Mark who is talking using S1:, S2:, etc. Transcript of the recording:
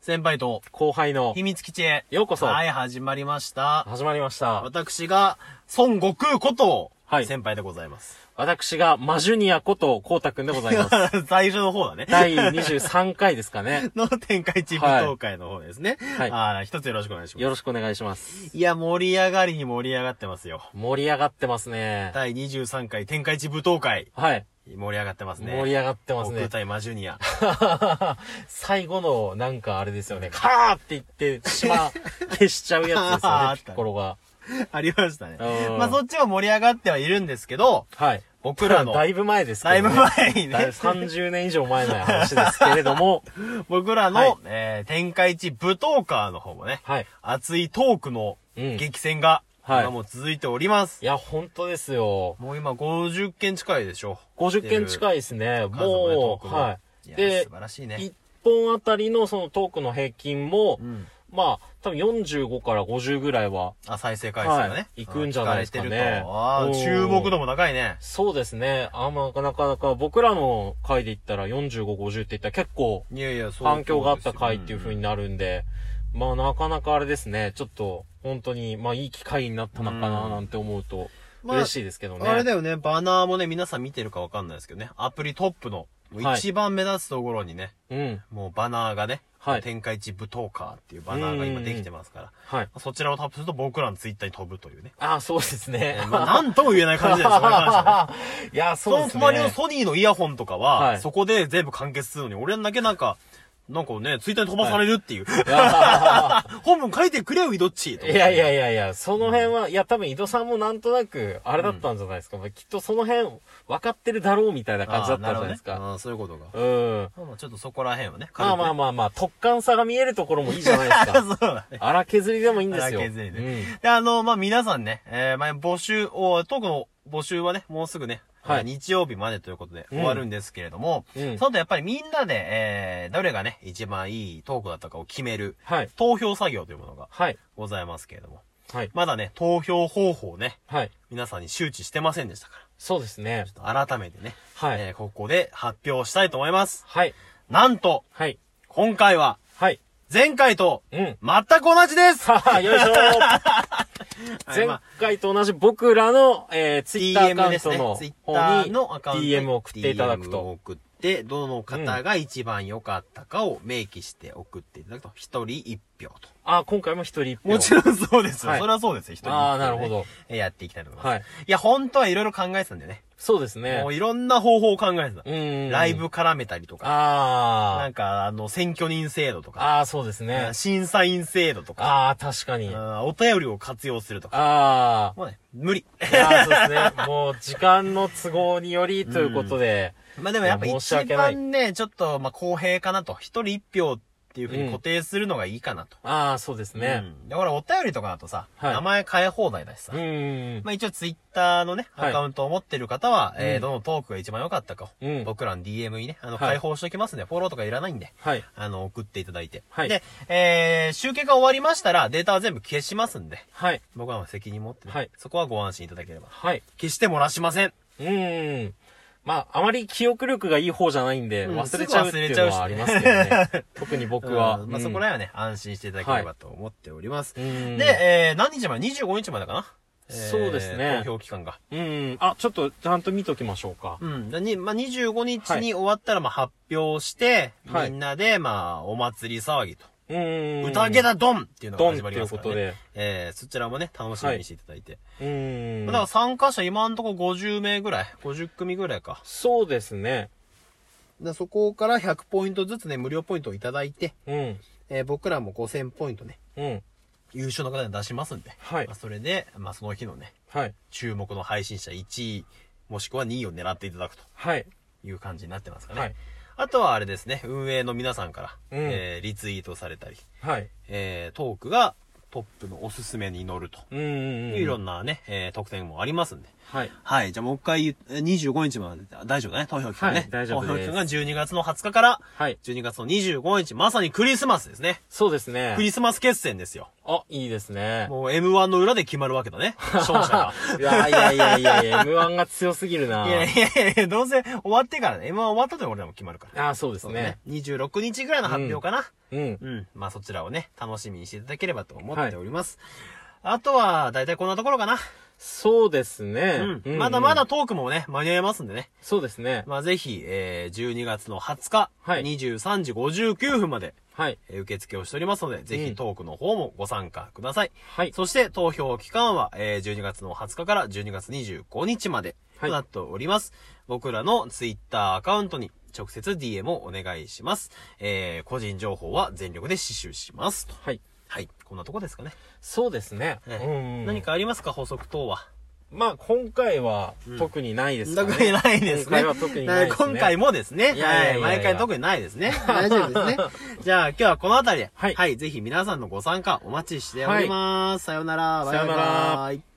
S1: 先輩と
S2: 後輩の
S1: 秘密基地へ。
S2: ようこそ
S1: はい、始まりました。
S2: 始まりました。
S1: 私が、孫悟空こと、
S2: はい
S1: 先輩でございます。
S2: 私がマジュニアことこうたくんでございます。
S1: 最初の方だね。
S2: 第23回ですかね。
S1: の展開地舞踏会の方ですね。
S2: はい
S1: あー一つよろしくお願いし
S2: よ
S1: ま
S2: ろしくお願いします。
S1: す。いや、盛り上がりに盛り上がってますよ。
S2: 盛り上がってますね。
S1: 第23回展開地舞踏会。
S2: はい。
S1: 盛り上がってますね。
S2: 盛り上がってます
S1: 悟空
S2: ね。
S1: 対マジュニア。
S2: 最後の、なんかあれですよね。カーって言っ て、島消しちゃうやつですよ
S1: あ
S2: ね
S1: っ、
S2: ピ
S1: た
S2: ッコロが。
S1: ありましたね。
S2: うん
S1: まあ、そっちは盛り上がってはいるんですけど、
S2: はい。
S1: 僕らの、
S2: だいぶ前ですけ
S1: だい
S2: ど
S1: ぶ
S2: ね。
S1: 前に
S2: だいぶ
S1: ね、
S2: 30年以上前の話ですけれども、
S1: 僕らの、
S2: はい
S1: えー、天下一舞踏会の方もね、
S2: はい。
S1: 熱いトークの
S2: うん
S1: 激戦が、
S2: はい
S1: 今も続いております。
S2: いや、本当ですよ。
S1: もう今50件近いでしょ。
S2: 50件近いですね。
S1: 数もねト
S2: も
S1: ー
S2: う、
S1: クも
S2: はい。
S1: いや
S2: で
S1: 素晴らしいね。
S2: 1本あたりのそのトークの平均も、
S1: うん。
S2: まあ、多分45から50ぐらいは、
S1: あ、再生回数がね。
S2: はい行くんじゃないですかね
S1: 聞れてるとあー
S2: うん
S1: 注目度も高いね。
S2: そうですね。あんまなかなか僕らの回で言ったら45、50って言ったら結構
S1: いやいや、そう。
S2: 反響があった回っていう風に
S1: な
S2: なるんで、まあなかなかあれですね。ちょっと本当に、まあいい機会になったのか
S1: う
S2: なんなんて思うと
S1: まあ
S2: 嬉しいですけどね。
S1: あれだよね、バナーもね、皆さん見てるかわかんないですけどね、アプリトップの、
S2: はい
S1: 一番目立つところにね、
S2: うん。
S1: もうバナーがね、
S2: はい
S1: 天下一舞踏家っていうバナーが今できてますから、
S2: はい。
S1: そちらをタップすると僕らのツイッターに飛ぶというね。
S2: ああ、そうですね。
S1: まあ、なんとも言えない感じです、それに関してはね
S2: いや、 そ
S1: そうの
S2: ですね。
S1: 隣のソニーのイヤホンとかは、
S2: はい
S1: そこで全部完結するのに、俺だけなんか、なんかね、ツイッターに飛ばされるっ ていう。本文書いてくれよ、いどっちと
S2: いやいやいやいや、その辺は、いや多分井戸さんもなんとなく、あれだったんじゃないですか。きっとその辺、分かってるだろうみたいな感じだったんじゃないです
S1: あーるほ
S2: か。
S1: どねあーそういうことか。
S2: うん。
S1: まあまあちょっとそこら辺はね、
S2: まあまあ
S1: ま
S2: まあまあ、突貫さが見えるところもいいじゃないですか。
S1: あ。そうだね。
S2: 荒削りでもいいんですよ。
S1: 荒削りで
S2: うん。
S1: で、あの、まあ、皆さんね、えー、まあ、募集を、トークの募集はね、もうすぐね、
S2: はい
S1: 日曜日までということで
S2: うん
S1: 終わるんですけれども、
S2: うん
S1: その後やっぱりみんなで、えー、どれがね、一番いいトークだったかを決める、
S2: はい。
S1: 投票作業というものが
S2: はい。
S1: ございますけれども、
S2: はい。
S1: まだね、投票方法をね、
S2: はい。
S1: 皆さんに周知してませんでしたから
S2: そうですね。、
S1: ちょっと改めてね、
S2: はい
S1: えー、ここで発表したいと思います。
S2: はい。
S1: なんと、
S2: はい。
S1: 今回は、
S2: はい。
S1: 前回と、
S2: うん。
S1: 全く同じです
S2: はは、よいしょ
S1: はい
S2: 前
S1: まあ
S2: 回と同じ僕らの、えー、ツイッターア
S1: DM
S2: カウ
S1: で
S2: ン
S1: す
S2: ト
S1: ね
S2: の。
S1: ツイッタ
S2: 方
S1: ー
S2: に
S1: のアカウントに
S2: DM を送っていただく
S1: DM を
S2: と。
S1: 送って、どの方が一番良かったかを明記して送っていただくと、一人一票と。
S2: あー、今回も一人一票。
S1: もちろんそうですよ。
S2: はい
S1: それはそうですよ、一人一票、
S2: ああ、なるほ。ど。
S1: えやっていきたいと思います。。
S2: はいい。
S1: や、本当はいろいろ考えてたんだよね。
S2: そうですね。
S1: もういろんな方法を考えてた。
S2: うん。
S1: ライブ。絡めたりとか、な
S2: あ
S1: んか、あの、選挙人制度と
S2: あ。
S1: か、
S2: ああ、そうですね。
S1: 審査員制度とか、
S2: ああ、確かに。あ
S1: うんお便りを活用するとか。
S2: あ。
S1: もうね、無理。
S2: いやーそうですね。もう、時間の都合によりということで。
S1: まあでもやっぱ
S2: いや申し
S1: 一
S2: 訳ない
S1: 番ね、ちょっと、まあ公平かなと。一人一票っていうふうに固定するのがいいかなと。
S2: ああ、そうですね。
S1: うん。で、ほら、お便りとかだとさ、
S2: はい
S1: 名前変え放題だしさ。
S2: うん。うん
S1: まあ一応ツイッターのね、
S2: はい
S1: アカウントを持ってる方は、え
S2: う
S1: ー、
S2: ん
S1: どのトークが一番良かったかを、
S2: うん
S1: 僕らの DM にね、あの、
S2: はい
S1: 開放しておきますんで、フォローとかいらないんで、
S2: はい。
S1: あの、送っていただいて。
S2: はい
S1: で、えー、集計が終わりましたら、データは全部消しますんで、
S2: はい。
S1: 僕は責任持ってね、
S2: はい
S1: そこはご安心いただければ。
S2: はい。
S1: 消してもらしません。
S2: うん。まあ、あまり記憶力がいい方じゃないんで、
S1: うん
S2: 忘れちゃうっていうのはありますけどね。 特に僕は。
S1: うんまあそこら辺はね、安心していただければと思っております。
S2: うん
S1: で、えー、何日まで ?25 日までかな、えー
S2: そうですね
S1: 投票期間が。
S2: うん。あ、ちょっと、ちゃんと見ときましょうか。
S1: うん。だに、まあ、25日
S2: はい
S1: に終わったら、まあ、発表して、
S2: はい
S1: みんなで、まあ、お祭り騒ぎと。
S2: うん。
S1: 宴だドンっていうのが
S2: ドン
S1: 始まりますから、ね。
S2: っていうこ
S1: えー、そちらもね、楽しみにしていただいて。
S2: うん。
S1: まあだから参加者今のところ50名ぐらい、50組ぐらいか。
S2: そうですね。
S1: だからそこから100ポイントずつね、無料ポイントをいただいて、
S2: うん。
S1: えー僕らも5000ポイントね、
S2: うん。
S1: 優秀な方に出しますんで。
S2: はい
S1: まあ、。それで、まあ、その日のね、
S2: はい。
S1: 注目の配信者1位、もしくは2位を狙っていただくと
S2: はい。
S1: いう感じになってますかね。
S2: はい。
S1: あとはあれですね、運営の皆さんから、
S2: うん
S1: えーリツイートされたり、
S2: はい。
S1: えートークがトップのおすすめに乗ると。
S2: うんうんうん。
S1: いろんなね、えー特典もありますんで。
S2: はい。
S1: はい。じゃあもう一回言う、え25日まで、大丈夫だね、投票期間ね。
S2: はい大丈夫です
S1: 投票期間が12月の20日から、
S2: はい。
S1: 12月の25日、まさにクリスマスですね。
S2: そうですね
S1: ク。リスマス決戦ですよ。
S2: あ、いいですね。
S1: もう M1 の裏で決まるわけだ ね。勝者が。
S2: いやいやいやいやいや、M1 が強すぎるない
S1: やいやいや、どうせ終わってからね。M1 終わったと俺らも決まるから。
S2: ああ、そうですね。
S1: 26日ぐらいの発表かな。
S2: うん。
S1: うん。まあそちらをね、楽しみにしていただければと思っております。あとは、だいたいこんなところかな。
S2: そうですね
S1: うん。。
S2: うん
S1: まだまだ。トークもね、間に合いますんでね。
S2: そうですね。
S1: まあぜひ、えー、12月の20日、
S2: はい
S1: 23時59分まで、
S2: はい。
S1: えー受付をしておりますので、ぜ
S2: う
S1: ひ
S2: ん
S1: トークの方もご参加ください。
S2: はい。
S1: そして投票期間は、えー12月の20日から12月25日まで
S2: は
S1: と
S2: い
S1: なっております。僕らのツイッターアカウントに直接 DM をお願いします。えー個人情報は全力で刺繍しますと。
S2: はい。
S1: はい。こんなとこですかね。
S2: そうですね。
S1: え
S2: う
S1: え
S2: んうん。
S1: 何かありますか補足等は。
S2: まあ、今回は特にないですかね。
S1: 特にないですね。
S2: 今回は特にないですね。
S1: 今回もですね。
S2: いやいやいや
S1: はいい。
S2: や
S1: 毎回特にないですね。大丈夫ですね。 じゃあ今日はこの辺りで。
S2: はい
S1: はい。ぜひ皆さんのご参加お待ちしております。さようなら。
S2: さようなら
S1: バイバイ